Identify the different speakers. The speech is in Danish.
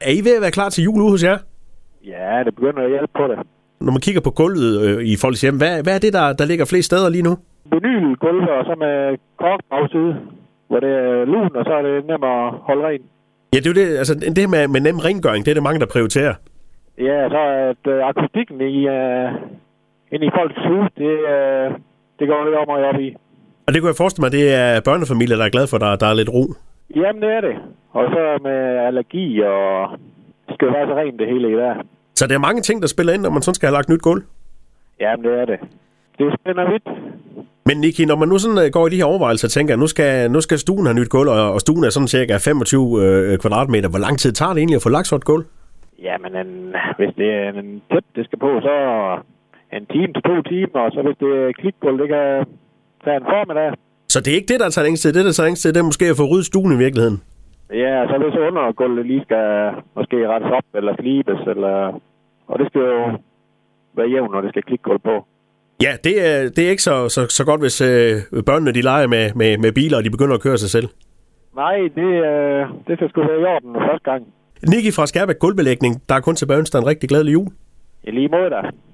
Speaker 1: Er I ved at være klar til jul ude hos jer?
Speaker 2: Ja, det begynder at hjælpe på det.
Speaker 1: Når man kigger på gulvet øh, i folks hjem, hvad, hvad er det, der, der ligger flest steder lige nu?
Speaker 2: Vinylgulv og så med korkbagside, hvor det er lun, og så er det nemmere at holde rent.
Speaker 1: Ja, det er jo det, altså, det her med, med nem rengøring, det er det mange, der prioriterer.
Speaker 2: Ja, så at øh, akustikken i, øh, inde i folks hus, det, øh, det går lidt om og op i.
Speaker 1: Og det kunne jeg forestille mig, det er børnefamilier, der er glade for, at der, der er lidt ro.
Speaker 2: Jamen, det er det. Og så med allergi, og det skal jo være så rent det hele i dag.
Speaker 1: Så der er mange ting, der spiller ind, når man sådan skal have lagt nyt gulv.
Speaker 2: Jamen, det er det. Det spænder vidt.
Speaker 1: Men Niki, når man nu sådan øh, går i de her overvejelser og tænker, at nu skal, nu skal stuen have nyt gulv, og og stuen er sådan cirka 25 øh, kvadratmeter, hvor lang tid tager det egentlig at få lagt sådan et gulv?
Speaker 2: Jamen, en, hvis det er en tæt, det skal på, så en time til to timer, og så hvis det er klitgulv, det kan tage en formiddag.
Speaker 1: Så det er ikke det, der tager længst tid. Det, der tager længst tid, det er måske at få ryddet stuen i virkeligheden.
Speaker 2: Ja, så hvis undergulvet lige skal måske rettes op, eller slibes, eller... Og det skal jo være jævnt, når det skal klitgulv på.
Speaker 1: Ja, det er, det er ikke så, så, så godt, hvis øh, børnene de leger med, med, med biler, og de begynder at køre sig selv.
Speaker 2: Nej, det, øh, det skal sgu være i orden første gang.
Speaker 1: Niki fra Skærbæk Gulvbelægning, der er kun til børnene en rigtig glædelig jul.
Speaker 2: I lige måde da.